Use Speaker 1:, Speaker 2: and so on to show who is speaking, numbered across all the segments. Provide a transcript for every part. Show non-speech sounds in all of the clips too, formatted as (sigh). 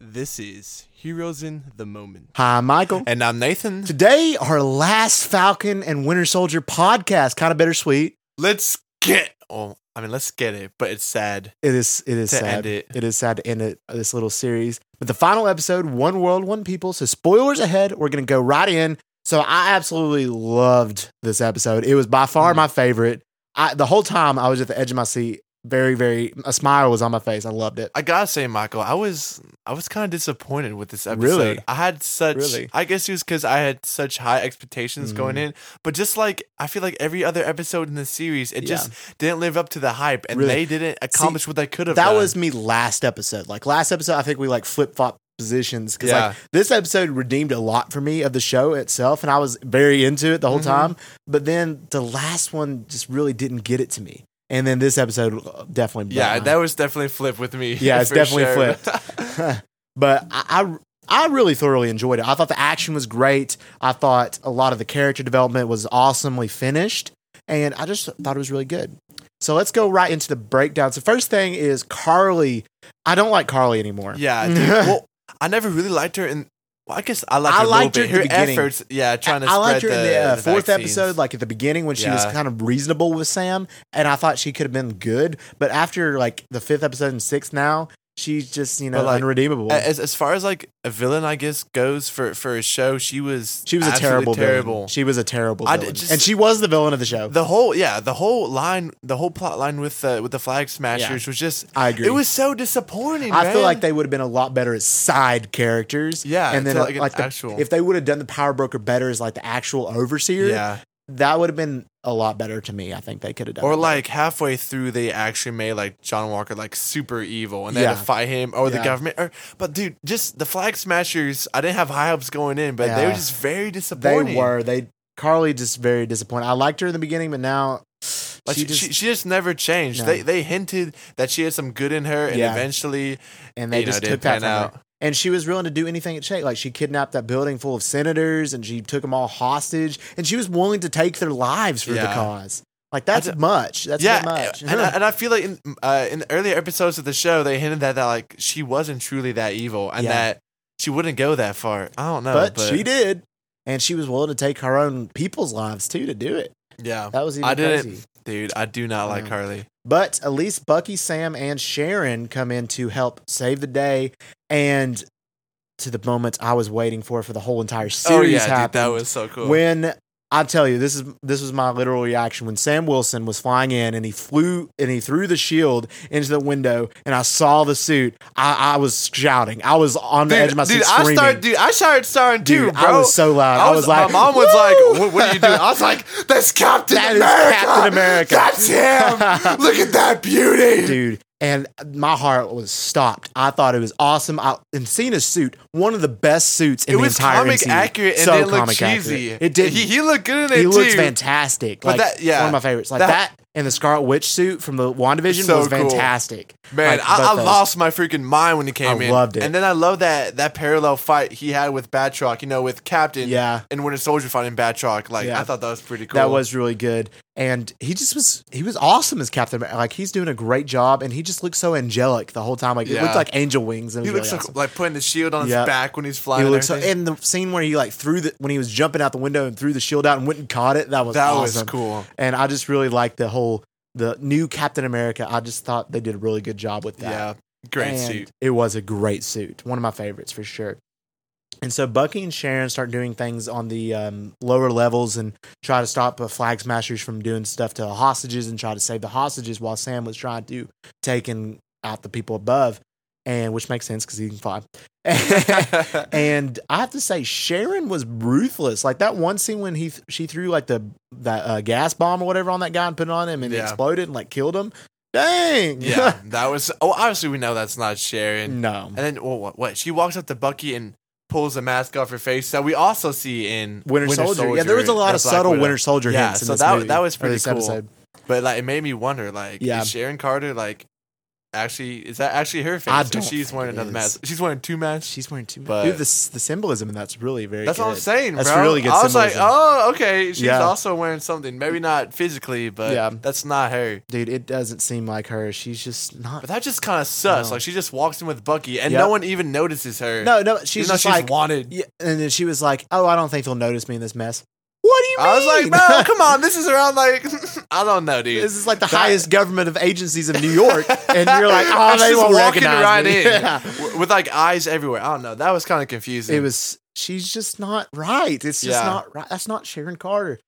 Speaker 1: This is Heroes in the Moment.
Speaker 2: Hi, Michael.
Speaker 3: And I'm Nathan.
Speaker 2: Today, our last Falcon and Winter Soldier podcast, kind of bittersweet.
Speaker 3: Let's get. Well, I mean, let's get it, but it's sad.
Speaker 2: It is. It is
Speaker 3: To end
Speaker 2: sad.
Speaker 3: it.
Speaker 2: it is sad to end it, uh, this little series. But the final episode, One World, One People. So spoilers ahead. We're gonna go right in. So I absolutely loved this episode. It was by far
Speaker 3: Mm-hmm.
Speaker 2: my favorite. I, the whole time I was at the edge of my seat. Very, very. A smile was on my face. I loved it.
Speaker 3: I gotta say, Michael, I was I was kind of disappointed with this episode.
Speaker 2: Really?
Speaker 3: I had such.
Speaker 2: Really? Mm.
Speaker 3: I guess it was because I had such high expectations going in, but just like I feel like every other episode in the series, it
Speaker 2: Yeah.
Speaker 3: just didn't live up to the hype, and
Speaker 2: Really.
Speaker 3: they didn't accomplish what they could have.
Speaker 2: That
Speaker 3: done.
Speaker 2: was me last episode. Like last episode, I think we like flip flop positions because
Speaker 3: Yeah.
Speaker 2: like this episode redeemed a lot for me of the show itself, and I was very into it the whole
Speaker 3: Mhm.
Speaker 2: time. But then the last one just really didn't get it to me, and then this episode uh, definitely.
Speaker 3: yeah,
Speaker 2: blew
Speaker 3: that was definitely a flip with me.
Speaker 2: Yeah,
Speaker 3: (laughs)
Speaker 2: it's
Speaker 3: for
Speaker 2: definitely a
Speaker 3: sure. (laughs)
Speaker 2: my- but I. I I really thoroughly enjoyed it. I thought the action was great. I thought a lot of the character development was awesomely finished, and I just thought it was really good. So let's go right into the breakdown. So first thing is Carly. I don't like Carly anymore. (laughs)
Speaker 3: yeah, dude. well, I never really liked her in. Well, I guess I liked
Speaker 2: I
Speaker 3: her. a little
Speaker 2: liked her
Speaker 3: bit.
Speaker 2: at the beginning.
Speaker 3: efforts. Yeah, trying to.
Speaker 2: I liked her
Speaker 3: spread
Speaker 2: in the, uh, fourth
Speaker 3: vaccines.
Speaker 2: episode, like at the beginning when she was
Speaker 3: Yeah.
Speaker 2: kind of reasonable with Sam, and I thought she could have been good. But after like the fifth episode and sixth, now she's just you know
Speaker 3: But, like,
Speaker 2: unredeemable.
Speaker 3: A- As as far as like a villain, I guess goes for for a show, she was
Speaker 2: she was a
Speaker 3: absolutely
Speaker 2: terrible,
Speaker 3: terrible.
Speaker 2: Villain. She was a terrible
Speaker 3: I
Speaker 2: villain,
Speaker 3: did just-
Speaker 2: and she was the villain of the show.
Speaker 3: the whole yeah, the whole line, the whole plot line with the with the flag smashers was just
Speaker 2: I agree.
Speaker 3: it was so disappointing.
Speaker 2: I feel
Speaker 3: man.
Speaker 2: like they would have been a lot better as side characters.
Speaker 3: Yeah,
Speaker 2: and then
Speaker 3: to,
Speaker 2: uh,
Speaker 3: like,
Speaker 2: like,
Speaker 3: an
Speaker 2: the,
Speaker 3: actual-
Speaker 2: if they would have done the power broker better as like the actual overseer,
Speaker 3: yeah,
Speaker 2: that would have been a lot better to me. I think they could have done.
Speaker 3: or
Speaker 2: it.
Speaker 3: like halfway through they actually made like John Walker like super evil and they had
Speaker 2: Yeah.
Speaker 3: to fight him or the
Speaker 2: Yeah.
Speaker 3: government. Or, but dude, just the flag smashers, I didn't have high hopes going in, but they
Speaker 2: Yeah.
Speaker 3: were just very
Speaker 2: They
Speaker 3: disappointing.
Speaker 2: were. They Carly just very disappointed. I liked her in the beginning, but now
Speaker 3: Like
Speaker 2: she,
Speaker 3: she,
Speaker 2: just
Speaker 3: she, she just never changed.
Speaker 2: No.
Speaker 3: They they hinted that she had some good in her, and
Speaker 2: Yeah.
Speaker 3: eventually
Speaker 2: and they
Speaker 3: you know,
Speaker 2: just
Speaker 3: it
Speaker 2: took
Speaker 3: didn't
Speaker 2: that
Speaker 3: pan
Speaker 2: from her. And she was willing to do anything at Shake. Like she kidnapped that building full of senators, and she took them all hostage, and she was willing to take their lives for the
Speaker 3: Yeah.
Speaker 2: cause. Like that's
Speaker 3: d-
Speaker 2: much. That's
Speaker 3: yeah,
Speaker 2: yeah, much.
Speaker 3: and, I, and I feel like in uh, in the earlier episodes of the show, they hinted that that like she wasn't truly that evil, and
Speaker 2: Yeah.
Speaker 3: that she wouldn't go that far. I don't know,
Speaker 2: but,
Speaker 3: but,
Speaker 2: she did, and she was willing to take her own people's lives too to do it.
Speaker 3: Yeah,
Speaker 2: That was even
Speaker 3: I didn't,
Speaker 2: crazy.
Speaker 3: dude. I do not like
Speaker 2: Yeah.
Speaker 3: Carly.
Speaker 2: But at least Bucky, Sam, and Sharon come in to help save the day, and to the moment I was waiting for for the whole entire series.
Speaker 3: oh yeah,
Speaker 2: happened.
Speaker 3: dude, that was so cool.
Speaker 2: when I tell you this is this was my literal reaction when Sam Wilson was flying in and he flew and he threw the shield into the window and I saw the suit. I, I was shouting. I was on the
Speaker 3: dude,
Speaker 2: edge of my
Speaker 3: dude,
Speaker 2: seat
Speaker 3: I
Speaker 2: screaming.
Speaker 3: started, dude, I started starting too,
Speaker 2: Dude,
Speaker 3: bro.
Speaker 2: I was so loud. I was, like,
Speaker 3: my mom
Speaker 2: "Woo!"
Speaker 3: was like, what, "What are you doing?" I was like, "That's Captain
Speaker 2: That is
Speaker 3: America.
Speaker 2: Captain America.
Speaker 3: That's
Speaker 2: (laughs)
Speaker 3: him. Look at that beauty,
Speaker 2: dude. And my heart was stopped. I thought it was awesome. I, and Cena's suit, one of the best suits in
Speaker 3: It
Speaker 2: the
Speaker 3: was
Speaker 2: entire
Speaker 3: comic
Speaker 2: MCU.
Speaker 3: accurate and
Speaker 2: so
Speaker 3: didn't look
Speaker 2: comic
Speaker 3: cheesy.
Speaker 2: accurate. It did.
Speaker 3: He, he looked good in it
Speaker 2: he
Speaker 3: too.
Speaker 2: looks fantastic.
Speaker 3: But
Speaker 2: like,
Speaker 3: that- yeah.
Speaker 2: one of my favorites. Like
Speaker 3: That-
Speaker 2: that, and the Scarlet Witch suit from the Wandavision
Speaker 3: So
Speaker 2: was
Speaker 3: cool.
Speaker 2: fantastic.
Speaker 3: Man,
Speaker 2: Like, both
Speaker 3: I, I
Speaker 2: those.
Speaker 3: lost my freaking mind when he came
Speaker 2: I
Speaker 3: in.
Speaker 2: loved it.
Speaker 3: And then I love that that parallel fight he had with Batroc, you know, with Captain
Speaker 2: Yeah,
Speaker 3: and Winter Soldier fighting Batroc. Like
Speaker 2: Yeah.
Speaker 3: I thought that was pretty cool.
Speaker 2: that was really good. And he just was he was awesome as Captain America. Like he's doing a great job, and he just looks so angelic the whole time. Like it
Speaker 3: Yeah.
Speaker 2: looked like angel wings. And
Speaker 3: he
Speaker 2: it
Speaker 3: looks
Speaker 2: was really
Speaker 3: so
Speaker 2: awesome.
Speaker 3: cool, like putting the shield on
Speaker 2: Yeah.
Speaker 3: his back when he's flying.
Speaker 2: He
Speaker 3: and
Speaker 2: looks so,
Speaker 3: everything.
Speaker 2: and the scene where he like threw the when he was jumping out the window and threw the shield out and went and caught it. That was
Speaker 3: that
Speaker 2: awesome.
Speaker 3: was cool.
Speaker 2: And I just really liked the whole the new Captain America. I just thought they did a really good job with that.
Speaker 3: Yeah. Great
Speaker 2: And (laughs)
Speaker 3: suit. (laughs)
Speaker 2: It was a great suit. One of my favorites for sure. And so Bucky and Sharon start doing things on the um, lower levels and try to stop the flag smashers from doing stuff to the hostages and try to save the hostages while Sam was trying to take in- out the people above, and which makes sense because he can fly. and I have to say, Sharon was ruthless. Like that one scene when he she threw like the that uh, gas bomb or whatever on that guy and put it on him and it
Speaker 3: Yeah.
Speaker 2: exploded and like killed him. Dang. (laughs)
Speaker 3: yeah. That was oh obviously we know that's not Sharon.
Speaker 2: no.
Speaker 3: And then well, what what? She walks up to Bucky and pulls the mask off her face that we also see in
Speaker 2: Winter, Soldier. Yeah, there was a lot
Speaker 3: and
Speaker 2: of
Speaker 3: Black
Speaker 2: subtle
Speaker 3: Widow.
Speaker 2: Winter Soldier
Speaker 3: Yeah,
Speaker 2: hints. in
Speaker 3: so
Speaker 2: this
Speaker 3: that-
Speaker 2: movie,
Speaker 3: that was
Speaker 2: or
Speaker 3: pretty
Speaker 2: this
Speaker 3: cool.
Speaker 2: episode.
Speaker 3: But like, it made me wonder, like,
Speaker 2: Yeah.
Speaker 3: is Sharon Carter like actually is that actually her face?
Speaker 2: I
Speaker 3: Or
Speaker 2: don't
Speaker 3: she's wearing
Speaker 2: think it
Speaker 3: another
Speaker 2: is.
Speaker 3: mask. She's wearing two masks.
Speaker 2: She's wearing two.
Speaker 3: But-
Speaker 2: Dude, the s- the symbolism in that's really very.
Speaker 3: That's
Speaker 2: good.
Speaker 3: what I'm saying,
Speaker 2: That's
Speaker 3: bro.
Speaker 2: really good
Speaker 3: I was like,
Speaker 2: symbolism.
Speaker 3: oh, okay. She's
Speaker 2: Yeah.
Speaker 3: also wearing something. Maybe not physically, but
Speaker 2: Yeah.
Speaker 3: that's not her.
Speaker 2: dude, it doesn't seem like her. She's just not.
Speaker 3: oh. But that just kind of sus.
Speaker 2: No.
Speaker 3: Like she just walks in with Bucky, and
Speaker 2: Yep.
Speaker 3: no one even notices her.
Speaker 2: No, no, she's
Speaker 3: she's
Speaker 2: just
Speaker 3: she's
Speaker 2: like.
Speaker 3: wanted.
Speaker 2: Yeah, and then she was like, "Oh, I don't think they'll notice me in this mess." What do you mean?
Speaker 3: I was
Speaker 2: (laughs)
Speaker 3: like, bro, come on. This is around like (laughs) I don't know, dude. (laughs)
Speaker 2: This is like the
Speaker 3: That-
Speaker 2: highest government of agencies of New York, and you're like,
Speaker 3: (laughs)
Speaker 2: "Oh,
Speaker 3: She's
Speaker 2: they
Speaker 3: just
Speaker 2: won't
Speaker 3: walking
Speaker 2: recognize
Speaker 3: right
Speaker 2: me."
Speaker 3: in
Speaker 2: (laughs) Yeah.
Speaker 3: w- with like eyes everywhere. I don't know. That was kind of confusing.
Speaker 2: It was. She's just not right. It's just
Speaker 3: Yeah.
Speaker 2: not right. That's not Sharon Carter.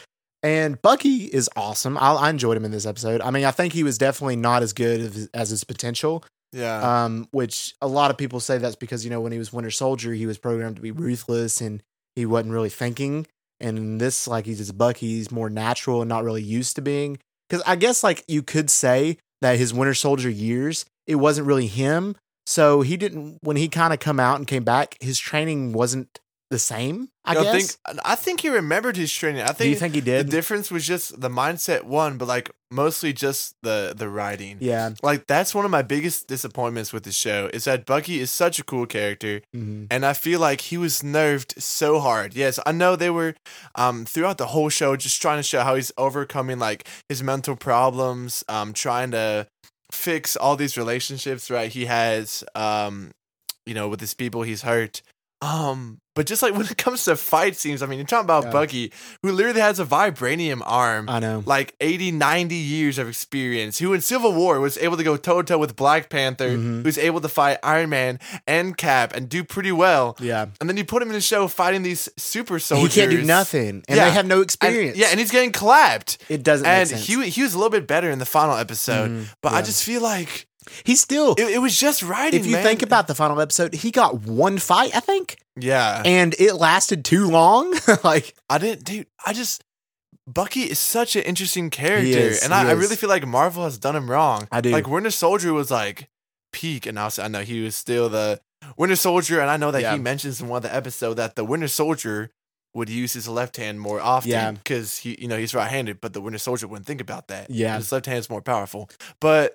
Speaker 2: And Bucky is awesome. I, I enjoyed him in this episode. I mean, I think he was definitely not as good as, as his potential.
Speaker 3: yeah.
Speaker 2: um, which a lot of people say that's because you know when he was Winter Soldier, he was programmed to be ruthless and he wasn't really thinking. And in this, like he's just Bucky, he's more natural and not really used to being. Because I guess like you could say that his Winter Soldier years, it wasn't really him. So he didn't when he kind of come out and came back, his training wasn't the same. I
Speaker 3: Yo,
Speaker 2: guess.
Speaker 3: think I think he remembered his training. I
Speaker 2: Do you
Speaker 3: think,
Speaker 2: think he
Speaker 3: the
Speaker 2: did?
Speaker 3: difference was just the mindset one, but like mostly just the the writing.
Speaker 2: yeah.
Speaker 3: Like that's one of my biggest disappointments with the show is that Bucky is such a cool character,
Speaker 2: Mhm.
Speaker 3: and I feel like he was nerved so hard. Yes, I know they were um, throughout the whole show just trying to show how he's overcoming like his mental problems, um, trying to fix all these relationships right he has, um, you know, with his people he's hurt. Um, but just like (laughs) when it comes to fight scenes, I mean, you're talking about
Speaker 2: Yeah.
Speaker 3: Bucky, who literally has a vibranium arm
Speaker 2: I know.
Speaker 3: like 80, 90 years of experience, who in Civil War was able to go toe to toe with Black Panther,
Speaker 2: Mhm.
Speaker 3: who's able to fight Iron Man and Cap and do pretty well.
Speaker 2: Yeah.
Speaker 3: And then you put him in a show fighting these super
Speaker 2: He
Speaker 3: soldiers.
Speaker 2: can't do nothing, and
Speaker 3: Yeah.
Speaker 2: they have no
Speaker 3: And-
Speaker 2: experience.
Speaker 3: yeah, and he's getting clapped.
Speaker 2: it doesn't.
Speaker 3: And
Speaker 2: make sense.
Speaker 3: he he was a little bit better in the final episode,
Speaker 2: Mhm.
Speaker 3: but I
Speaker 2: Yeah.
Speaker 3: just feel like
Speaker 2: he's still
Speaker 3: it, it was just writing.
Speaker 2: if you
Speaker 3: man.
Speaker 2: think about the final episode, he got one fight, I think,
Speaker 3: yeah,
Speaker 2: and it lasted too long. (laughs) like,
Speaker 3: I didn't, dude. I just Bucky is such an interesting character,
Speaker 2: is,
Speaker 3: and I,
Speaker 2: he
Speaker 3: I
Speaker 2: is.
Speaker 3: really feel like Marvel has done him wrong.
Speaker 2: I do.
Speaker 3: Like Winter Soldier was like peak, and also I know he was still the Winter Soldier, and I know that
Speaker 2: Yeah.
Speaker 3: he mentions in one of the episode that the Winter Soldier would use his left hand more
Speaker 2: Yeah.
Speaker 3: often because he, you know, he's right-handed, but the Winter Soldier wouldn't think about that.
Speaker 2: Yeah.
Speaker 3: his left hand's more powerful. But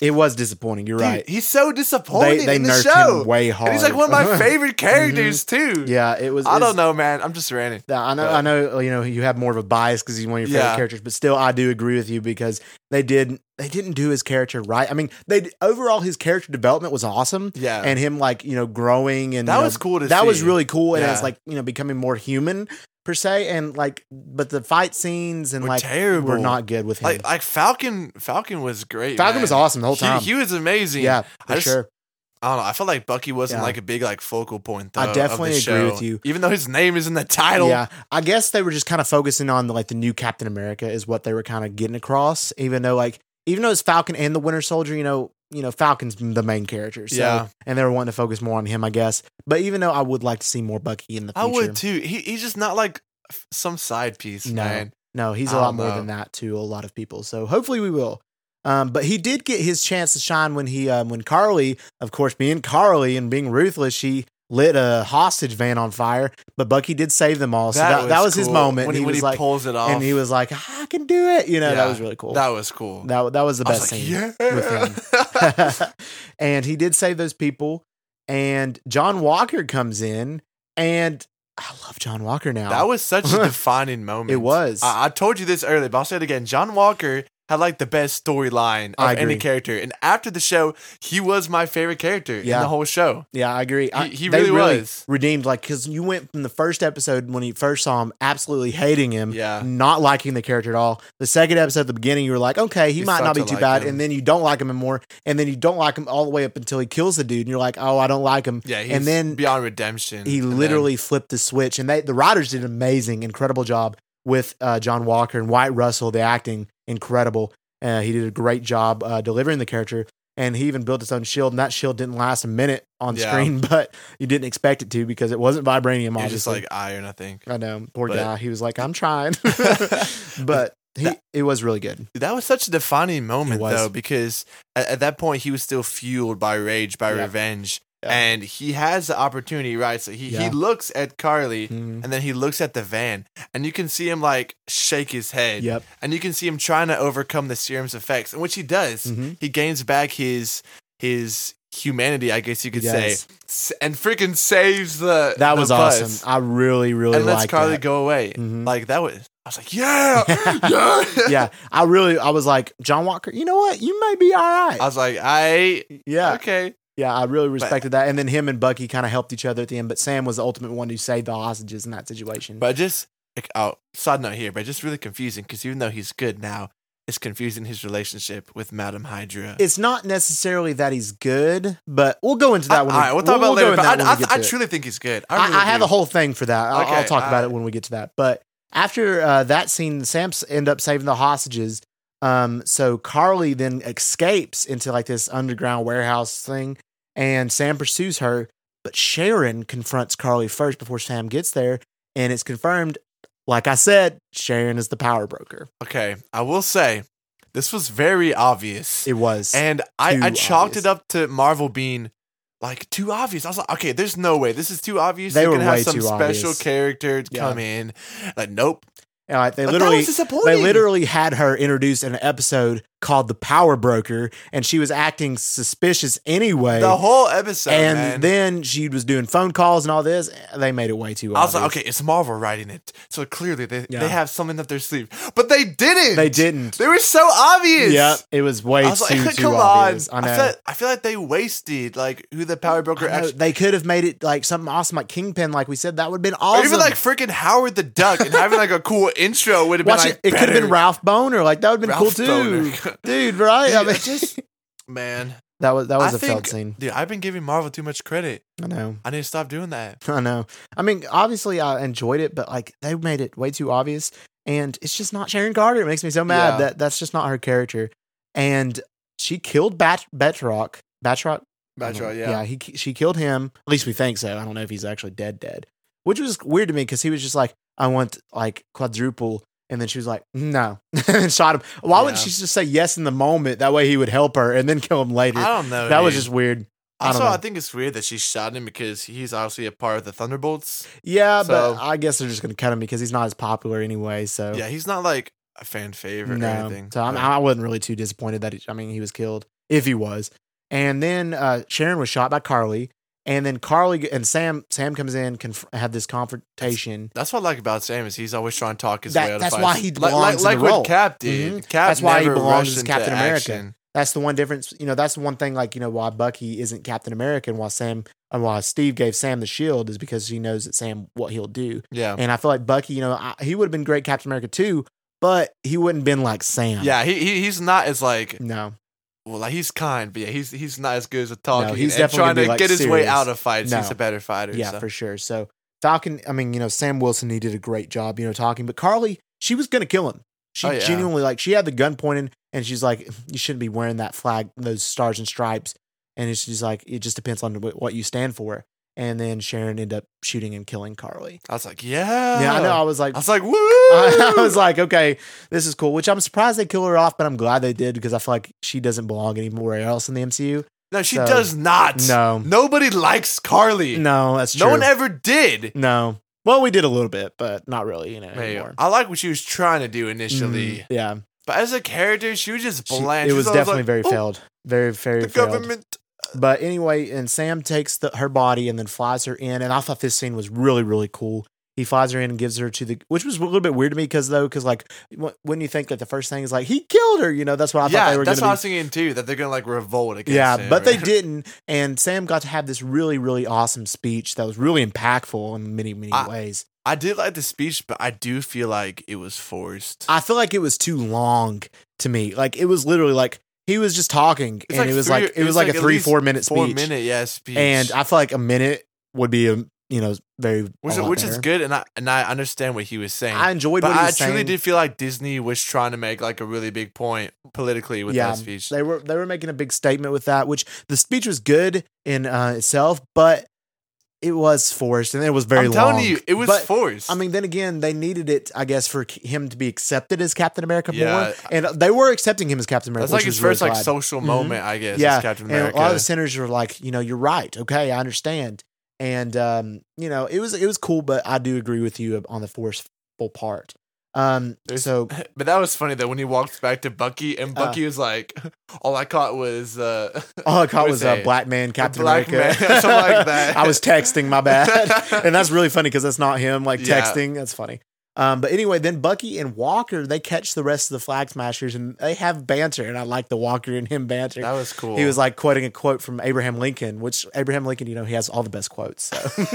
Speaker 2: it was disappointing. You're
Speaker 3: dude,
Speaker 2: right.
Speaker 3: he's so disappointed
Speaker 2: they they
Speaker 3: in the
Speaker 2: nerfed him
Speaker 3: show,
Speaker 2: way hard.
Speaker 3: and he's like one of
Speaker 2: (laughs)
Speaker 3: my favorite characters too.
Speaker 2: yeah, it was.
Speaker 3: I
Speaker 2: it's-
Speaker 3: don't know, man. I'm just ranting.
Speaker 2: Yeah, I know,
Speaker 3: But-
Speaker 2: I know. You know, you have more of a bias because he's one of your favorite
Speaker 3: Yeah.
Speaker 2: characters, but still, I do agree with you because they did they didn't do his character right. I mean, they overall his character development was awesome,
Speaker 3: Yeah.
Speaker 2: and him like you know growing and
Speaker 3: that
Speaker 2: you know,
Speaker 3: was cool to see.
Speaker 2: that was really cool, and it's
Speaker 3: Yeah.
Speaker 2: like you know becoming more human per se, and like but the fight scenes and
Speaker 3: Were
Speaker 2: like
Speaker 3: terrible.
Speaker 2: were not good with him.
Speaker 3: like like Falcon. Falcon was great.
Speaker 2: Falcon
Speaker 3: man.
Speaker 2: was awesome the whole
Speaker 3: He-
Speaker 2: time.
Speaker 3: He, was amazing.
Speaker 2: yeah, for
Speaker 3: I just-
Speaker 2: sure.
Speaker 3: I don't know. I felt like Bucky wasn't
Speaker 2: Yeah.
Speaker 3: like a big like focal point. Though,
Speaker 2: I definitely
Speaker 3: of the
Speaker 2: agree
Speaker 3: show.
Speaker 2: with you.
Speaker 3: Even though his name is in the title.
Speaker 2: yeah, I guess they were just kind of focusing on like the new Captain America is what they were kind of getting across. Even though like even though it's Falcon and the Winter Soldier, you know, you know Falcon's the main character. So,
Speaker 3: Yeah.
Speaker 2: and they were wanting to focus more on him, I guess. But even though I would like to see more Bucky in the
Speaker 3: I
Speaker 2: future,
Speaker 3: would too. He he's just not like f- some side piece,
Speaker 2: No.
Speaker 3: man.
Speaker 2: No, he's a
Speaker 3: I
Speaker 2: lot
Speaker 3: don't
Speaker 2: more
Speaker 3: know.
Speaker 2: than that to a lot of people. So hopefully we will. Um, but he did get his chance to shine when he um, when Carly, of course, being Carly and being ruthless, she lit a hostage van on fire. But Bucky did save them all, so that, that was, his
Speaker 3: cool.
Speaker 2: moment.
Speaker 3: when
Speaker 2: he,
Speaker 3: when
Speaker 2: was like,
Speaker 3: pulls it off.
Speaker 2: and he was like, I can do it. You know, that
Speaker 3: Yeah,
Speaker 2: was really cool.
Speaker 3: that was cool.
Speaker 2: That that was the
Speaker 3: I
Speaker 2: best
Speaker 3: was like,
Speaker 2: scene.
Speaker 3: yeah.
Speaker 2: with
Speaker 3: (laughs)
Speaker 2: (laughs) and he did save those people. And John Walker comes in, and I love John Walker now.
Speaker 3: That was such
Speaker 2: (laughs)
Speaker 3: a defining moment.
Speaker 2: It was.
Speaker 3: I, I told you this earlier, but I'll say it again. John Walker had like the best storyline
Speaker 2: I
Speaker 3: of any
Speaker 2: agree.
Speaker 3: character, and after the show, he was my favorite character in
Speaker 2: Yeah.
Speaker 3: the whole show.
Speaker 2: yeah, I agree. I-
Speaker 3: He- he
Speaker 2: they
Speaker 3: really was.
Speaker 2: redeemed. Like, because you went from the first episode when he first saw him, absolutely hating him,
Speaker 3: Yeah.
Speaker 2: not liking the character at all. The second episode at the beginning, you were like, okay, he
Speaker 3: You
Speaker 2: might
Speaker 3: start
Speaker 2: not be
Speaker 3: to
Speaker 2: too
Speaker 3: like
Speaker 2: bad,
Speaker 3: him.
Speaker 2: and then you don't like him anymore, and then you don't like him all the way up until he kills the dude, and you're like, oh, I don't like him.
Speaker 3: Yeah, he's
Speaker 2: and then
Speaker 3: beyond redemption.
Speaker 2: he
Speaker 3: And then-
Speaker 2: literally flipped the switch and they, the writers did an amazing incredible job with uh, john walker and white russell the acting incredible uh, he did a great job uh, delivering the character and he even built his own shield and that shield didn't last a minute on
Speaker 3: Yeah.
Speaker 2: screen (laughs) but you didn't expect it to because it wasn't vibranium
Speaker 3: he
Speaker 2: obviously
Speaker 3: was just like iron, I think.
Speaker 2: i know poor
Speaker 3: but-
Speaker 2: guy he was like
Speaker 3: (laughs)
Speaker 2: i'm trying (laughs)
Speaker 3: but
Speaker 2: but he, it was really good
Speaker 3: that was such a defining moment
Speaker 2: was.
Speaker 3: though, because at, at that point he was still fueled by rage, by
Speaker 2: Yeah.
Speaker 3: revenge.
Speaker 2: Yeah.
Speaker 3: and he has the opportunity, right? So he, he
Speaker 2: Yeah.
Speaker 3: looks at Carly
Speaker 2: Mhm.
Speaker 3: and then he looks at the van and you can see him like shake his head.
Speaker 2: Yep.
Speaker 3: And you can see him trying to overcome the serum's effects, and which he does.
Speaker 2: Mhm.
Speaker 3: He gains back his his humanity, I guess you could
Speaker 2: Yes.
Speaker 3: say, s- and freaking saves the
Speaker 2: That
Speaker 3: the
Speaker 2: was
Speaker 3: bus
Speaker 2: awesome. I really, really
Speaker 3: and lets
Speaker 2: like
Speaker 3: Carly
Speaker 2: that.
Speaker 3: go away.
Speaker 2: Mhm.
Speaker 3: Like that was I was like, yeah,
Speaker 2: (laughs)
Speaker 3: yeah.
Speaker 2: yeah, I really, I was like John Walker. You know what? You may be all right.
Speaker 3: I was like, I
Speaker 2: yeah,
Speaker 3: okay.
Speaker 2: yeah, I really respected that. And then him and Bucky kind of helped each other at the end, but Sam was the ultimate one who saved the hostages in that situation.
Speaker 3: But just like, oh, side note here, but just really confusing because even though he's good now, it's confusing his relationship with Madame Hydra.
Speaker 2: it's not necessarily that he's good, but we'll go into that
Speaker 3: all
Speaker 2: when
Speaker 3: right,
Speaker 2: we,
Speaker 3: we'll talk
Speaker 2: we'll
Speaker 3: about
Speaker 2: go
Speaker 3: it later.
Speaker 2: into
Speaker 3: But
Speaker 2: that when
Speaker 3: I,
Speaker 2: we get
Speaker 3: I, I
Speaker 2: to it.
Speaker 3: truly think he's good. I,
Speaker 2: I,
Speaker 3: really
Speaker 2: I have
Speaker 3: do.
Speaker 2: a whole thing for that. I'll, I'll
Speaker 3: Okay,
Speaker 2: talk about
Speaker 3: I-
Speaker 2: it when we get to that. But after uh, that scene, Sam s- end up saving the hostages. Um, so Carly then escapes into like this underground warehouse thing, and Sam pursues her. But Sharon confronts Carly first before Sam gets there, and it's confirmed. Like I said, Sharon is the power broker.
Speaker 3: Okay, I will say this was very obvious,
Speaker 2: It was
Speaker 3: and I, I
Speaker 2: too
Speaker 3: chalked
Speaker 2: obvious.
Speaker 3: it up to Marvel being like too obvious. I was like, okay, there's no way this is too obvious.
Speaker 2: They
Speaker 3: They're
Speaker 2: were
Speaker 3: gonna have
Speaker 2: way
Speaker 3: some
Speaker 2: too
Speaker 3: special
Speaker 2: obvious.
Speaker 3: character
Speaker 2: Yeah.
Speaker 3: come in. Like, nope.
Speaker 2: And, like, they
Speaker 3: But that
Speaker 2: literally
Speaker 3: was disappointing.
Speaker 2: They literally had her introduced in an episode called The Power Broker, and she was acting suspicious anyway.
Speaker 3: the whole episode,
Speaker 2: and
Speaker 3: man.
Speaker 2: then she was doing phone calls and all this. They made it way too
Speaker 3: I was
Speaker 2: obvious.
Speaker 3: like, okay, it's Marvel writing it, so clearly they,
Speaker 2: Yeah.
Speaker 3: they have something up their sleeve, but they didn't.
Speaker 2: They didn't.
Speaker 3: They were so obvious.
Speaker 2: Yeah, it was way
Speaker 3: I was
Speaker 2: too,
Speaker 3: like, (laughs)
Speaker 2: too
Speaker 3: come
Speaker 2: obvious.
Speaker 3: on.
Speaker 2: I know.
Speaker 3: feel, I feel like they wasted like who the power broker
Speaker 2: I know.
Speaker 3: actually
Speaker 2: They could have made it like something awesome, like Kingpin, like we said. That would have been
Speaker 3: Or
Speaker 2: awesome.
Speaker 3: even like freaking Howard the Duck and having like a cool intro would have been
Speaker 2: Watch
Speaker 3: like
Speaker 2: it. It could have
Speaker 3: better.
Speaker 2: been Ralph Boner. Like that would have been
Speaker 3: Ralph
Speaker 2: cool too,
Speaker 3: Boner.
Speaker 2: dude. Right?
Speaker 3: Dude,
Speaker 2: I mean,
Speaker 3: I just- (laughs) Man,
Speaker 2: (laughs) that was that was
Speaker 3: I
Speaker 2: a
Speaker 3: think-
Speaker 2: failed scene.
Speaker 3: dude, I've been giving Marvel too much credit.
Speaker 2: I know.
Speaker 3: I need to stop doing that.
Speaker 2: (laughs) I know. I mean, obviously, I enjoyed it, but like they made it way too obvious, and it's just not Sharon Carter. It makes me so mad
Speaker 3: Yeah.
Speaker 2: that that's just not her character. And she killed Bat Batroc. Batroc. I don't know.
Speaker 3: Batroc, yeah.
Speaker 2: Yeah. He she killed him. At least we think so. I don't know if he's actually dead. Dead, which was weird to me because he was just like, I want like quadruple. And then she was like, no, (laughs) and shot him. Why wouldn't
Speaker 3: Yeah.
Speaker 2: she just say yes in the moment? That way he would help her and then kill him later.
Speaker 3: I don't know.
Speaker 2: that was
Speaker 3: dude.
Speaker 2: just weird. I don't
Speaker 3: also.
Speaker 2: know.
Speaker 3: I think it's weird that she shot him because he's obviously a part of the Thunderbolts.
Speaker 2: Yeah,
Speaker 3: So-
Speaker 2: but I guess they're just going to cut him because he's not as popular anyway. So
Speaker 3: Yeah, he's not like a fan favorite or
Speaker 2: no.
Speaker 3: anything.
Speaker 2: So I'm,
Speaker 3: but-
Speaker 2: I wasn't really too disappointed that he, I mean he was killed if he was. And then uh, Sharon was shot by Carly, and then Carly and Sam Sam comes in conf- have this confrontation.
Speaker 3: That's what I like about Sam is he's always trying to talk his
Speaker 2: That-
Speaker 3: way out
Speaker 2: that's
Speaker 3: of
Speaker 2: why
Speaker 3: fights.
Speaker 2: he
Speaker 3: like,
Speaker 2: belongs
Speaker 3: like, like
Speaker 2: in the
Speaker 3: what
Speaker 2: role.
Speaker 3: Cap did.
Speaker 2: Mhm.
Speaker 3: Cap
Speaker 2: That's why he
Speaker 3: never
Speaker 2: belongs
Speaker 3: rushed
Speaker 2: as
Speaker 3: into
Speaker 2: Captain America.
Speaker 3: action.
Speaker 2: That's the one difference. You know, that's the one thing. Like you know why Bucky isn't Captain America and why Sam and why Steve gave Sam the shield is because he knows that Sam what he'll do.
Speaker 3: Yeah,
Speaker 2: And I feel like Bucky, you know, I, he would have been great Captain America too, but he wouldn't been like Sam.
Speaker 3: yeah. He, he he's not as like
Speaker 2: No.
Speaker 3: Well, like he's kind, but yeah, he's he's not as good as a talking.
Speaker 2: he's
Speaker 3: and
Speaker 2: definitely
Speaker 3: trying
Speaker 2: gonna
Speaker 3: to
Speaker 2: be, like,
Speaker 3: get his way
Speaker 2: serious.
Speaker 3: out of fights. He's
Speaker 2: No.
Speaker 3: a better fighter.
Speaker 2: Yeah,
Speaker 3: so.
Speaker 2: for sure. So Falcon, I mean, you know, Sam Wilson, he did a great job, you know, talking, but Carly, she was gonna kill him. She
Speaker 3: Oh, yeah.
Speaker 2: genuinely like she had the gun pointed and she's like, You shouldn't be wearing that flag, those stars and stripes. And it's just like it just depends on wh- what you stand for. And then Sharon ended up shooting and killing Carly.
Speaker 3: I was like, yeah,
Speaker 2: yeah, I know. I was like
Speaker 3: Oh. I was like, woo!
Speaker 2: (laughs) I was like, okay, this is cool. Which I'm surprised they kill her off, but I'm glad they did because I feel like she doesn't belong anywhere else in the MCU.
Speaker 3: no, she
Speaker 2: so-
Speaker 3: does not.
Speaker 2: No,
Speaker 3: nobody likes Carly.
Speaker 2: no, that's true.
Speaker 3: No one ever did.
Speaker 2: No. Well, we did a little bit, but not really, you know,
Speaker 3: Hey, uh,
Speaker 2: anymore.
Speaker 3: I like what she was trying to do initially,
Speaker 2: Mhm. yeah.
Speaker 3: but as a character, she was just
Speaker 2: She-
Speaker 3: bland.
Speaker 2: it
Speaker 3: She
Speaker 2: was
Speaker 3: always
Speaker 2: definitely
Speaker 3: like,
Speaker 2: very
Speaker 3: "Oh,
Speaker 2: failed. Very, very
Speaker 3: The
Speaker 2: failed.
Speaker 3: government.
Speaker 2: But anyway, and Sam takes the, her body and then flies her in. And I thought this scene was really, really cool. He flies her in and gives her to the, which was a little bit weird to me because though, because like, wh- wouldn't you think that the first thing is like he killed her? You know, that's what I thought
Speaker 3: yeah,
Speaker 2: they were going
Speaker 3: that's
Speaker 2: to
Speaker 3: what
Speaker 2: be.
Speaker 3: I was thinking too. That they're gonna like revolt against.
Speaker 2: yeah,
Speaker 3: him,
Speaker 2: but they
Speaker 3: right?
Speaker 2: didn't. And Sam got to have this really, really awesome speech that was really impactful in many, many
Speaker 3: I-
Speaker 2: ways.
Speaker 3: I did like the speech, but I do feel like it was forced.
Speaker 2: I feel like it was too long to me. Like it was literally like he was just talking, and
Speaker 3: like
Speaker 2: it was
Speaker 3: three-
Speaker 2: like it was like, a
Speaker 3: at
Speaker 2: three
Speaker 3: least
Speaker 2: four minute speech,
Speaker 3: Four minute, yeah, speech.
Speaker 2: and I feel like a minute would be a you know very
Speaker 3: which,
Speaker 2: a lot
Speaker 3: which is
Speaker 2: better.
Speaker 3: good, and I and I understand what he was saying.
Speaker 2: I enjoyed
Speaker 3: but
Speaker 2: what he
Speaker 3: I
Speaker 2: was
Speaker 3: truly
Speaker 2: saying.
Speaker 3: did feel like Disney was trying to make like a really big point politically with
Speaker 2: Yeah,
Speaker 3: that speech.
Speaker 2: They were they were making a big statement with that, which the speech was good in uh, itself, but it was forced and it was very
Speaker 3: I'm
Speaker 2: long.
Speaker 3: telling you, it was
Speaker 2: But,
Speaker 3: forced.
Speaker 2: I mean, then again, they needed it, I guess, for k- him to be accepted as Captain America
Speaker 3: Yeah.
Speaker 2: more, and they were accepting him as Captain America.
Speaker 3: that's like
Speaker 2: which
Speaker 3: his
Speaker 2: was really
Speaker 3: first like
Speaker 2: glad.
Speaker 3: social
Speaker 2: Mhm.
Speaker 3: moment, I guess.
Speaker 2: yeah,
Speaker 3: as Captain
Speaker 2: and
Speaker 3: America.
Speaker 2: a lot of the senators were like, you know, you're right. Okay, I understand, and um, you know, it was it was cool, but I do agree with you on the forceful part. Um,
Speaker 3: There's- (laughs)
Speaker 2: so
Speaker 3: But that was funny though when he walked back to Bucky and
Speaker 2: Uh.
Speaker 3: Bucky was like, "All I caught was uh, (laughs)
Speaker 2: all I caught
Speaker 3: what
Speaker 2: was
Speaker 3: is
Speaker 2: a
Speaker 3: it?
Speaker 2: black man, Captain
Speaker 3: black
Speaker 2: America,
Speaker 3: man, (laughs) something like that.
Speaker 2: (laughs) I was texting,
Speaker 3: (laughs)
Speaker 2: my bad, and that's really funny because that's not him, like
Speaker 3: Yeah.
Speaker 2: texting. That's funny. Um, but anyway, then Bucky and Walker they catch the rest of the flag smashers and they have banter, and I like the Walker and him banter.
Speaker 3: That was cool. (laughs)
Speaker 2: He was like quoting a quote from Abraham Lincoln, which Abraham Lincoln, you know, he has all the best quotes.
Speaker 3: (laughs)
Speaker 2: So. (laughs)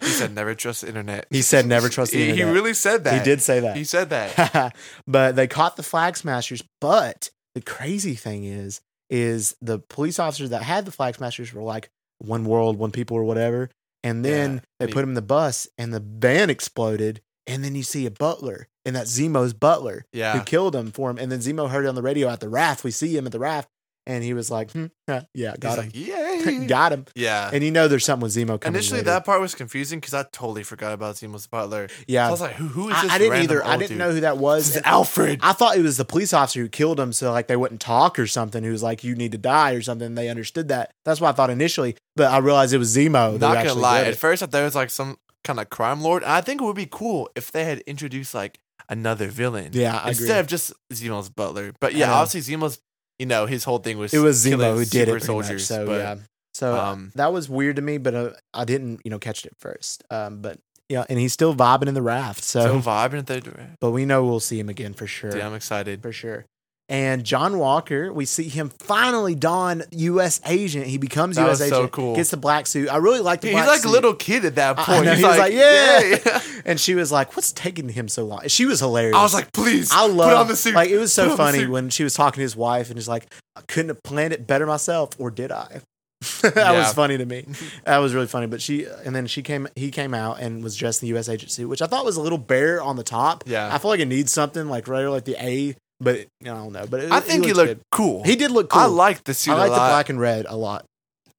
Speaker 3: he said, "Never trust the internet."
Speaker 2: He said, "Never trust the
Speaker 3: He- He
Speaker 2: internet."
Speaker 3: really said that.
Speaker 2: He did say
Speaker 3: He
Speaker 2: that.
Speaker 3: said that.
Speaker 2: (laughs) but they caught the flag smashers. But the crazy thing is, is the police officers that had the flag smashers were like one world, one people, or whatever. And then
Speaker 3: Yeah.
Speaker 2: they put him in the bus, and the van exploded. And then you see a butler, and that's Zemo's butler who
Speaker 3: Yeah.
Speaker 2: killed him for him. And then Zemo heard it on the radio at the raft. We see him at the raft, and he was like, hmm, huh, "Yeah, got him,
Speaker 3: He's like, Yay.
Speaker 2: (laughs) got him."
Speaker 3: yeah.
Speaker 2: And you know, there's something with Zemo coming.
Speaker 3: Initially,
Speaker 2: later.
Speaker 3: that part was confusing because I totally forgot about Zemo's butler. So I
Speaker 2: yeah,
Speaker 3: was like, "Who? Who is
Speaker 2: I,
Speaker 3: this?"
Speaker 2: I didn't
Speaker 3: random
Speaker 2: either. I
Speaker 3: old
Speaker 2: didn't
Speaker 3: dude?
Speaker 2: know who that
Speaker 3: This (laughs)
Speaker 2: was.
Speaker 3: is Alfred.
Speaker 2: I thought it was the police officer who killed him, so like they wouldn't talk or something. Who was like, "You need to die" or something. They understood that. That's what I thought initially, but I realized it was Zemo. who
Speaker 3: Not gonna
Speaker 2: Oh, actually
Speaker 3: lie.
Speaker 2: did
Speaker 3: At
Speaker 2: it.
Speaker 3: first, I thought it was like some kind of crime lord. And I think it would be cool if they had introduced like another villain.
Speaker 2: Yeah, I
Speaker 3: instead
Speaker 2: agree.
Speaker 3: of just Zemo's butler. But
Speaker 2: I
Speaker 3: yeah,
Speaker 2: know.
Speaker 3: obviously Zemo's, you know, his whole thing was
Speaker 2: it was Zemo
Speaker 3: killing
Speaker 2: who did it.
Speaker 3: super
Speaker 2: Pretty much, so
Speaker 3: but
Speaker 2: yeah, so uh,
Speaker 3: um,
Speaker 2: that was weird to me, but uh, I didn't, you know, catch it at first. Um, but yeah, and he's still vibing in the raft. So,
Speaker 3: so vibing at the direct.
Speaker 2: but we know we'll see him again for sure.
Speaker 3: Dude, I'm excited.
Speaker 2: for sure. And John Walker, we see him finally don U.S. agent. He becomes
Speaker 3: That
Speaker 2: U.S.
Speaker 3: was so
Speaker 2: agent.
Speaker 3: cool.
Speaker 2: Gets the black suit. I really like the.
Speaker 3: Dude, he's
Speaker 2: black
Speaker 3: like a
Speaker 2: suit.
Speaker 3: little kid at that
Speaker 2: I- I
Speaker 3: point.
Speaker 2: know,
Speaker 3: he's,
Speaker 2: he was
Speaker 3: like,
Speaker 2: like, "Yeah."
Speaker 3: yeah.
Speaker 2: And she was like, "What's taking him so long?" She was hilarious. (laughs)
Speaker 3: I was like, please,
Speaker 2: I love
Speaker 3: put on the suit.
Speaker 2: Like it was
Speaker 3: Put
Speaker 2: so
Speaker 3: on the
Speaker 2: funny
Speaker 3: suit.
Speaker 2: when she was talking to his wife and he's like, I couldn't have planned it better myself, or did I? (laughs) that was
Speaker 3: Yeah.
Speaker 2: funny to me. That was really funny. But she and then she came he came out and was dressed in the US agency, which I thought was a little bare on the top.
Speaker 3: Yeah.
Speaker 2: I feel like it needs something like right like the A, but it, I don't know. But it,
Speaker 3: I think he,
Speaker 2: looks
Speaker 3: looked
Speaker 2: good.
Speaker 3: cool.
Speaker 2: he did look cool.
Speaker 3: I liked the suit
Speaker 2: I like
Speaker 3: a
Speaker 2: the
Speaker 3: lot.
Speaker 2: black and red a lot.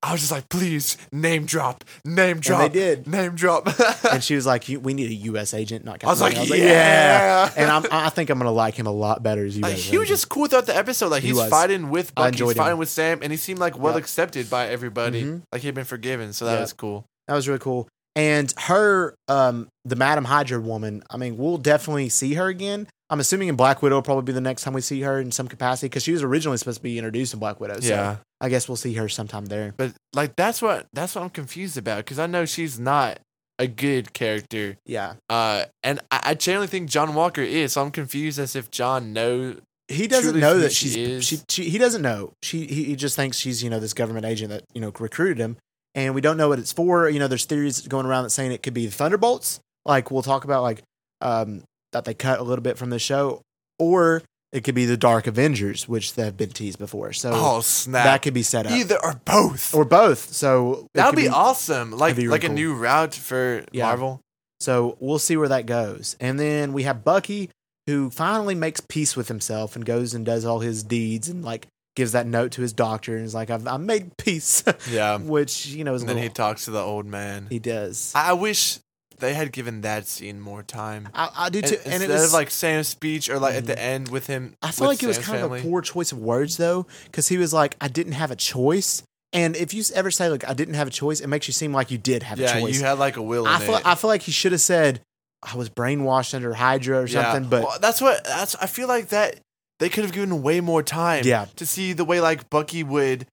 Speaker 3: I was just like, please, name drop, name drop.
Speaker 2: did.
Speaker 3: Name drop.
Speaker 2: And she was like, you, "We need a U.S. agent,
Speaker 3: (laughs)
Speaker 2: not."
Speaker 3: I was like,
Speaker 2: Captain America."
Speaker 3: yeah.
Speaker 2: And I'm, I think I'm gonna like him a lot better as
Speaker 3: (laughs)
Speaker 2: U.S.
Speaker 3: Like, he was
Speaker 2: agent.
Speaker 3: just cool throughout the episode. Like
Speaker 2: He
Speaker 3: he's
Speaker 2: was.
Speaker 3: fighting with
Speaker 2: I
Speaker 3: Bucky, he's
Speaker 2: enjoyed him.
Speaker 3: fighting with Sam, and he seemed like well
Speaker 2: Yep.
Speaker 3: accepted by everybody.
Speaker 2: Mhm.
Speaker 3: Like he'd been forgiven, so that
Speaker 2: Yep.
Speaker 3: was cool.
Speaker 2: That was really cool. And her, um, the Madam Hydra woman, I mean, we'll definitely see her again. I'm assuming in Black Widow will probably be the next time we see her in some capacity because she was originally supposed to be introduced in Black Widow. So
Speaker 3: Yeah,
Speaker 2: I guess we'll see her sometime there.
Speaker 3: but like that's what that's what I'm confused about because I know she's not a good character.
Speaker 2: Yeah.
Speaker 3: Uh, and I, I genuinely think John Walker is. So I'm confused as if John knows.
Speaker 2: He doesn't
Speaker 3: Truly
Speaker 2: know
Speaker 3: who
Speaker 2: that
Speaker 3: she
Speaker 2: she's,
Speaker 3: is.
Speaker 2: she, she, he doesn't know. She, he, he just thinks she's, you know, this government agent that, you know, recruited him. And we don't know what it's for. You know, there's theories going around that saying it could be the Thunderbolts. Like we'll talk about, like, um, that they cut a little bit from the show, or it could be the Dark Avengers, which they've been teased before. So
Speaker 3: Oh snap!
Speaker 2: that could be set up
Speaker 3: Either or both.
Speaker 2: or both. So it
Speaker 3: that would
Speaker 2: could
Speaker 3: be, awesome. Like
Speaker 2: be really
Speaker 3: like a
Speaker 2: cool.
Speaker 3: new route for
Speaker 2: Yeah.
Speaker 3: Marvel.
Speaker 2: So we'll see where that goes. And then we have Bucky, who finally makes peace with himself and goes and does all his deeds and like gives that note to his doctor and is like, "I've I made peace," (laughs)
Speaker 3: Yeah.
Speaker 2: which you know is a
Speaker 3: Um, and then
Speaker 2: little.
Speaker 3: he
Speaker 2: He,
Speaker 3: talks to the old man.
Speaker 2: does. I,
Speaker 3: I I wish they had given that scene more time.
Speaker 2: I, do
Speaker 3: And
Speaker 2: too. And,
Speaker 3: instead
Speaker 2: it was
Speaker 3: of like Sam's speech or like at
Speaker 2: Mhm.
Speaker 3: the end with him.
Speaker 2: I feel
Speaker 3: with
Speaker 2: like it was
Speaker 3: Sam's
Speaker 2: kind
Speaker 3: family.
Speaker 2: of a poor choice of words though, because he was like, "I didn't have a choice." And if you s- ever say like, "I didn't have a choice," it makes you seem like you did have
Speaker 3: Yeah,
Speaker 2: a choice.
Speaker 3: you had like a will. In
Speaker 2: I feel
Speaker 3: it.
Speaker 2: I feel like he should have said, "I was brainwashed under Hydra" or
Speaker 3: Yeah.
Speaker 2: something. But
Speaker 3: Well, that's what that's. I feel like that they could have given way more time.
Speaker 2: Yeah.
Speaker 3: to see the way like Bucky would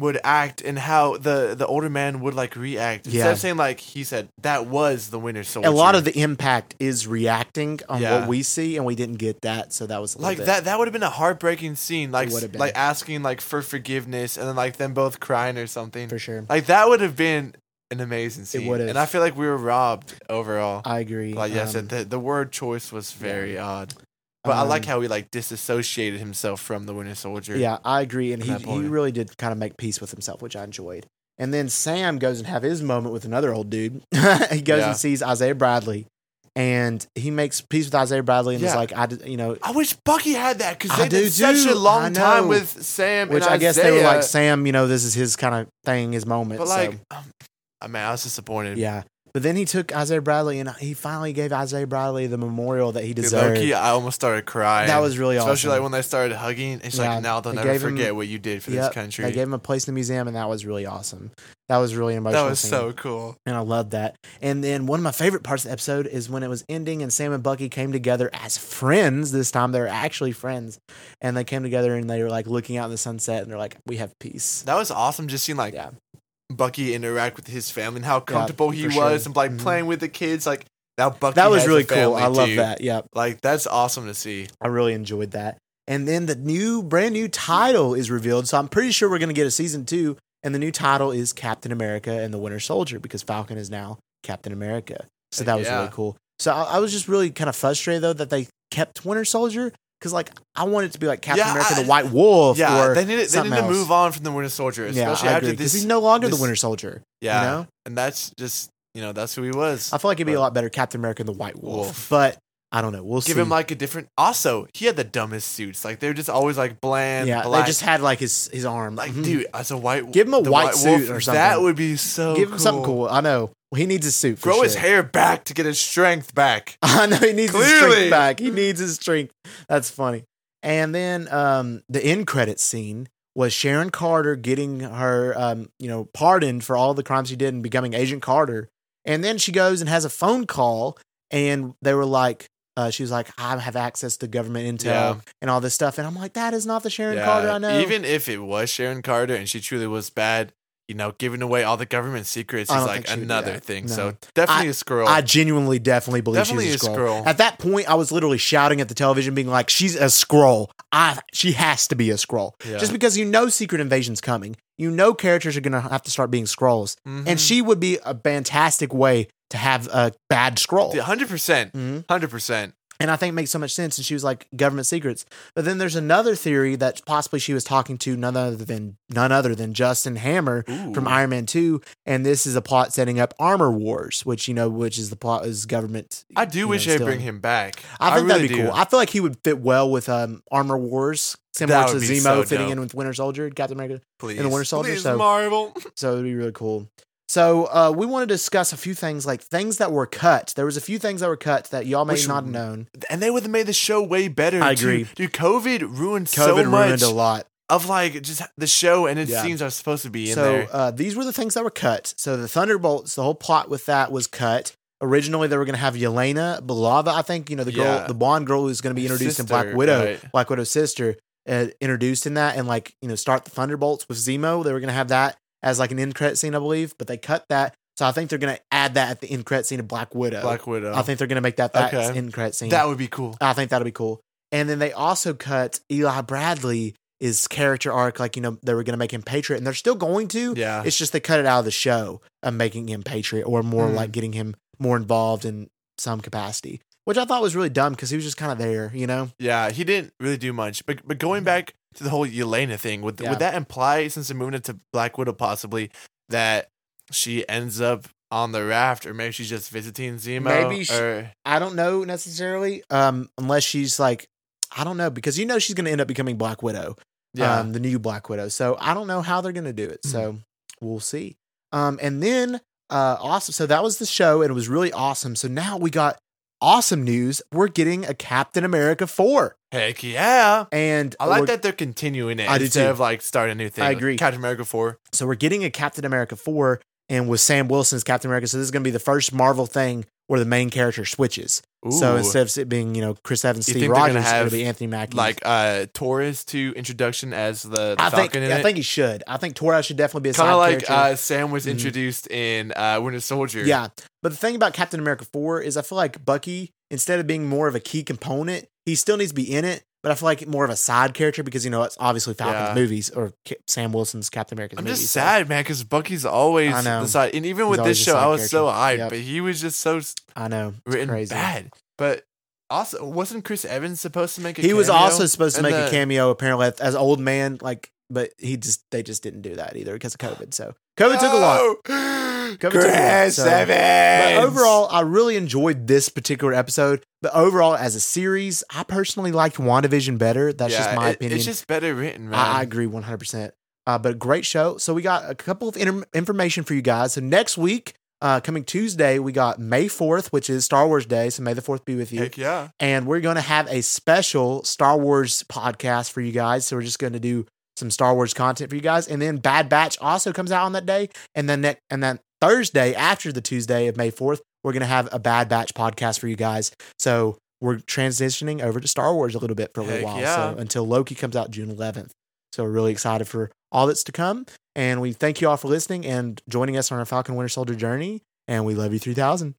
Speaker 3: would act and how the the older man would like react instead
Speaker 2: Yeah.
Speaker 3: of saying like he said that was the winter soldier.
Speaker 2: a lot of the impact is reacting on
Speaker 3: Yeah.
Speaker 2: what we see, and we didn't get that, so that was a little
Speaker 3: like
Speaker 2: bit-
Speaker 3: that that would have been a heartbreaking scene like
Speaker 2: It would've been.
Speaker 3: like asking like for forgiveness and then like them both crying or something.
Speaker 2: for sure.
Speaker 3: Like that would have been an amazing scene.
Speaker 2: would've.
Speaker 3: And I feel like we were robbed overall.
Speaker 2: I agree.
Speaker 3: Like yes,
Speaker 2: Um,
Speaker 3: the the word choice was very odd. But I like
Speaker 2: um,
Speaker 3: how he like disassociated himself from the Winter Soldier.
Speaker 2: Yeah, I agree, and
Speaker 3: From
Speaker 2: he
Speaker 3: that
Speaker 2: he
Speaker 3: point.
Speaker 2: really did kind of make peace with himself, which I enjoyed. And then Sam goes and have his moment with another old dude. (laughs) he goes
Speaker 3: Yeah.
Speaker 2: and sees Isaiah Bradley, and he makes peace with Isaiah Bradley, and is
Speaker 3: Yeah.
Speaker 2: like, I, did- you know,
Speaker 3: I wish Bucky had that because
Speaker 2: I
Speaker 3: they
Speaker 2: do
Speaker 3: did such
Speaker 2: too.
Speaker 3: a
Speaker 2: I
Speaker 3: long
Speaker 2: know.
Speaker 3: time with Sam.
Speaker 2: which
Speaker 3: and
Speaker 2: I guess they were
Speaker 3: Isaiah,
Speaker 2: like, Sam, you know, this is his kind of thing, his moment.
Speaker 3: but
Speaker 2: so-
Speaker 3: like, um, I mean, I was disappointed.
Speaker 2: Yeah. But then he took Isaiah Bradley and he finally gave Isaiah Bradley the memorial that he
Speaker 3: Dude,
Speaker 2: deserved.
Speaker 3: Loki, I almost started crying.
Speaker 2: that was really
Speaker 3: especially
Speaker 2: awesome.
Speaker 3: like when they started hugging. It's
Speaker 2: Yeah,
Speaker 3: like now they'll
Speaker 2: they
Speaker 3: never
Speaker 2: gave him-
Speaker 3: forget what you did for
Speaker 2: Yep,
Speaker 3: this country.
Speaker 2: They gave him a place in the museum and that was really awesome. That was really
Speaker 3: that
Speaker 2: emotional.
Speaker 3: was
Speaker 2: scene.
Speaker 3: so cool.
Speaker 2: and I loved that. And then one of my favorite parts of the episode is when it was ending and Sam and Bucky came together as friends. This time they were actually friends, and they came together and they were like looking out in the sunset and they're like, "We have peace."
Speaker 3: That was awesome. Just seeing like
Speaker 2: Yeah.
Speaker 3: Bucky interact with his family and how comfortable he
Speaker 2: for
Speaker 3: was,
Speaker 2: sure.
Speaker 3: and like
Speaker 2: Mhm.
Speaker 3: playing with the kids. Like now Bucky.
Speaker 2: that was
Speaker 3: has a
Speaker 2: really cool.
Speaker 3: family,
Speaker 2: I love
Speaker 3: too.
Speaker 2: that. Yeah,
Speaker 3: Like that's awesome to see.
Speaker 2: I really enjoyed that. And then the new, brand new title is revealed. So I'm pretty sure we're going to get a season two. And the new title is Captain America and the Winter Soldier because Falcon is now Captain America. So that was
Speaker 3: Yeah.
Speaker 2: really cool. So I, I was just really kind of frustrated though that they kept Winter Soldier because like I wanted it to be like Captain
Speaker 3: Yeah,
Speaker 2: America,
Speaker 3: I-
Speaker 2: the White Wolf.
Speaker 3: yeah,
Speaker 2: or
Speaker 3: they need to, they
Speaker 2: something
Speaker 3: need to
Speaker 2: else.
Speaker 3: move on from the Winter Soldier,
Speaker 2: yeah,
Speaker 3: especially
Speaker 2: I
Speaker 3: after
Speaker 2: agree because
Speaker 3: this.
Speaker 2: he's no longer
Speaker 3: this-
Speaker 2: the Winter Soldier.
Speaker 3: yeah,
Speaker 2: you know,
Speaker 3: and that's just you know that's who he was.
Speaker 2: I feel like it'd be a
Speaker 3: But-
Speaker 2: lot better Captain America and the White Wolf,
Speaker 3: Wolf.
Speaker 2: but I don't know. We'll
Speaker 3: Give
Speaker 2: see.
Speaker 3: him like a different. Also, he had the dumbest suits. Like they were just always like bland.
Speaker 2: yeah,
Speaker 3: black. Mm-hmm.
Speaker 2: they just had like his his arm
Speaker 3: like
Speaker 2: Mhm.
Speaker 3: dude as a white.
Speaker 2: Give him a
Speaker 3: the
Speaker 2: white suit or
Speaker 3: That
Speaker 2: something.
Speaker 3: would be so.
Speaker 2: Give him
Speaker 3: Oh, cool.
Speaker 2: something cool. I know. He needs a suit. For
Speaker 3: Grow his
Speaker 2: sure.
Speaker 3: hair back to get his strength back.
Speaker 2: (laughs) I know he needs his
Speaker 3: Clearly.
Speaker 2: strength back. He needs his strength. That's funny. And then um, the end credit scene was Sharon Carter getting her, um, you know, pardoned for all the crimes she did and becoming Agent Carter. And then she goes and has a phone call, and they were like, uh, she was like, I have access to government intel
Speaker 3: Yeah.
Speaker 2: and all this stuff. And I'm like, that is not the Sharon Carter I know.
Speaker 3: Even if it was Sharon Carter and she truly was bad, you know, giving away all the government secrets
Speaker 2: I
Speaker 3: is
Speaker 2: don't
Speaker 3: like
Speaker 2: think she would do
Speaker 3: another
Speaker 2: that.
Speaker 3: thing.
Speaker 2: No.
Speaker 3: So definitely a squirrel.
Speaker 2: I genuinely definitely believe
Speaker 3: Definitely
Speaker 2: she's a
Speaker 3: a
Speaker 2: scroll.
Speaker 3: Skrull.
Speaker 2: At that point, I was literally shouting at the television, being like, "She's a scroll. I she has to be a scroll."
Speaker 3: Yeah.
Speaker 2: Just because you know Secret Invasion's coming, you know characters are gonna have to start being scrolls,
Speaker 3: Mm-hmm.
Speaker 2: and she would be a fantastic way to have a bad scroll.
Speaker 3: hundred percent,
Speaker 2: Mhm.
Speaker 3: hundred percent.
Speaker 2: And I think it makes so much sense. And she was like, government secrets. But then there's another theory that possibly she was talking to none other than none other than Justin Hammer, from Iron Man 2 and this is a plot setting up Armor Wars which you know which is the plot is government
Speaker 3: I do
Speaker 2: you
Speaker 3: wish
Speaker 2: know,
Speaker 3: they
Speaker 2: still-
Speaker 3: bring him back.
Speaker 2: I think
Speaker 3: really
Speaker 2: that'd be
Speaker 3: do.
Speaker 2: cool. I feel like he would fit well with um Armor Wars similar
Speaker 3: That
Speaker 2: to
Speaker 3: would be
Speaker 2: Zemo
Speaker 3: so
Speaker 2: fitting
Speaker 3: dope.
Speaker 2: in with Winter Soldier Captain America
Speaker 3: Please,
Speaker 2: Winter Soldier,
Speaker 3: Please,
Speaker 2: so-
Speaker 3: Marvel. (laughs)
Speaker 2: so it'd be really cool. So uh we want to discuss a few things like things that were cut. There was a few things that were cut that y'all may
Speaker 3: Which-
Speaker 2: not have known.
Speaker 3: and they would have made the show way better.
Speaker 2: I
Speaker 3: too.
Speaker 2: agree.
Speaker 3: Dude, COVID ruined
Speaker 2: COVID
Speaker 3: so much
Speaker 2: ruined a lot.
Speaker 3: of like just the show and its
Speaker 2: Yeah.
Speaker 3: scenes are supposed to be in
Speaker 2: So
Speaker 3: there.
Speaker 2: uh, these were the things that were cut. So the Thunderbolts, the whole plot with that was cut. Originally, they were going to have Yelena Belova, I think, you know, the girl,
Speaker 3: Yeah.
Speaker 2: the blonde girl who's going to be introduced in Black
Speaker 3: Sister,
Speaker 2: Widow,
Speaker 3: right.
Speaker 2: Black Widow's sister, uh, introduced in that and like, you know, start the Thunderbolts with Zemo. They were going to have that as like an end credit scene, I believe, but they cut that. So I think they're going to add that at the end credit scene of Black Widow.
Speaker 3: Black Widow.
Speaker 2: I think they're going to make that that
Speaker 3: Okay.
Speaker 2: end credit scene.
Speaker 3: that would be cool.
Speaker 2: I think that'll be cool. And then they also cut Eli Bradley, his character arc, like, you know, they were going to make him Patriot and they're still going to.
Speaker 3: Yeah.
Speaker 2: It's just they cut it out of the show of making him Patriot or more
Speaker 3: Mm.
Speaker 2: like getting him more involved in some capacity, which I thought was really dumb because he was just kind of there, you know?
Speaker 3: Yeah, he didn't really do much. But but going back to the whole Yelena thing, would
Speaker 2: Yeah.
Speaker 3: would that imply since they're moving it to Black Widow possibly that she ends up on the raft or maybe she's just visiting Zemo?
Speaker 2: Maybe she-
Speaker 3: or,
Speaker 2: I don't know necessarily, um, unless she's like, I don't know, because you know she's going to end up becoming Black Widow,
Speaker 3: yeah.
Speaker 2: um, the new Black Widow. So I don't know how they're going to do it. So
Speaker 3: Mm-hmm.
Speaker 2: we'll see. Um, and then, uh, awesome. So that was the show and it was really awesome. So now we got awesome news. We're getting a Captain America 4.
Speaker 3: Heck yeah.
Speaker 2: And
Speaker 3: I like
Speaker 2: we're-
Speaker 3: that they're continuing it
Speaker 2: I do
Speaker 3: instead
Speaker 2: too.
Speaker 3: of like starting a new thing.
Speaker 2: I agree.
Speaker 3: Captain America four.
Speaker 2: So we're getting a Captain America 4 and with Sam Wilson's Captain America. So this is going to be the first Marvel thing where the main character switches. So
Speaker 3: Ooh.
Speaker 2: instead of it being, you know, Chris Evans,
Speaker 3: You
Speaker 2: Steve
Speaker 3: think they're gonna
Speaker 2: Rogers, it's going
Speaker 3: have,
Speaker 2: to be Anthony Mackie.
Speaker 3: like uh Torres to introduction as the, the
Speaker 2: I
Speaker 3: Falcon
Speaker 2: think,
Speaker 3: in
Speaker 2: I
Speaker 3: it.
Speaker 2: think he should. I think Torres should definitely be a
Speaker 3: kind
Speaker 2: side
Speaker 3: of like
Speaker 2: character.
Speaker 3: uh, Sam was
Speaker 2: Mhm.
Speaker 3: introduced in uh, Winter Soldier.
Speaker 2: yeah. But the thing about Captain America 4 is I feel like Bucky, instead of being more of a key component, he still needs to be in it. But I feel like more of a side character because, you know, it's obviously Falcon's
Speaker 3: Yeah.
Speaker 2: movies or Ca- Sam Wilson's Captain America's
Speaker 3: I'm
Speaker 2: movies.
Speaker 3: just
Speaker 2: so-
Speaker 3: sad, man, because Bucky's always
Speaker 2: I know.
Speaker 3: the side, and even
Speaker 2: He's
Speaker 3: with
Speaker 2: always
Speaker 3: this
Speaker 2: the
Speaker 3: show,
Speaker 2: side
Speaker 3: I was so hyped,
Speaker 2: character. Yep.
Speaker 3: but he was just so s-
Speaker 2: I know. It's
Speaker 3: written
Speaker 2: crazy.
Speaker 3: bad. But also, wasn't Chris Evans supposed to make a?
Speaker 2: he was
Speaker 3: cameo?
Speaker 2: also supposed to
Speaker 3: in
Speaker 2: make a
Speaker 3: the-
Speaker 2: cameo apparently as- as old man like but he just they just didn't do that either because of covid so covid took a lot (gasps)
Speaker 3: No!
Speaker 2: took a lot,
Speaker 3: Chris
Speaker 2: so- but
Speaker 3: Evans.
Speaker 2: overall i really enjoyed this particular episode but overall as a series i personally liked wandavision better that's
Speaker 3: Yeah,
Speaker 2: just my
Speaker 3: it-
Speaker 2: opinion
Speaker 3: It's just better written, man.
Speaker 2: I, I agree 100% Uh, but great show. So we got a couple of inter- information for you guys. So next week, uh, coming Tuesday, we got May 4th, which is Star Wars Day. So may the 4th be with you.
Speaker 3: Heck yeah.
Speaker 2: And we're going to have a special Star Wars podcast for you guys. So we're just going to do some Star Wars content for you guys. And then Bad Batch also comes out on that day. And then ne- and then Thursday after the Tuesday of May 4th, we're going to have a Bad Batch podcast for you guys. So we're transitioning over to Star Wars a little bit for a little
Speaker 3: Heck
Speaker 2: while.
Speaker 3: yeah.
Speaker 2: So until Loki comes out June 11th. So we're really excited for all that's to come. And we thank you all for listening and joining us on our Falcon Winter Soldier journey. And we love you 3000.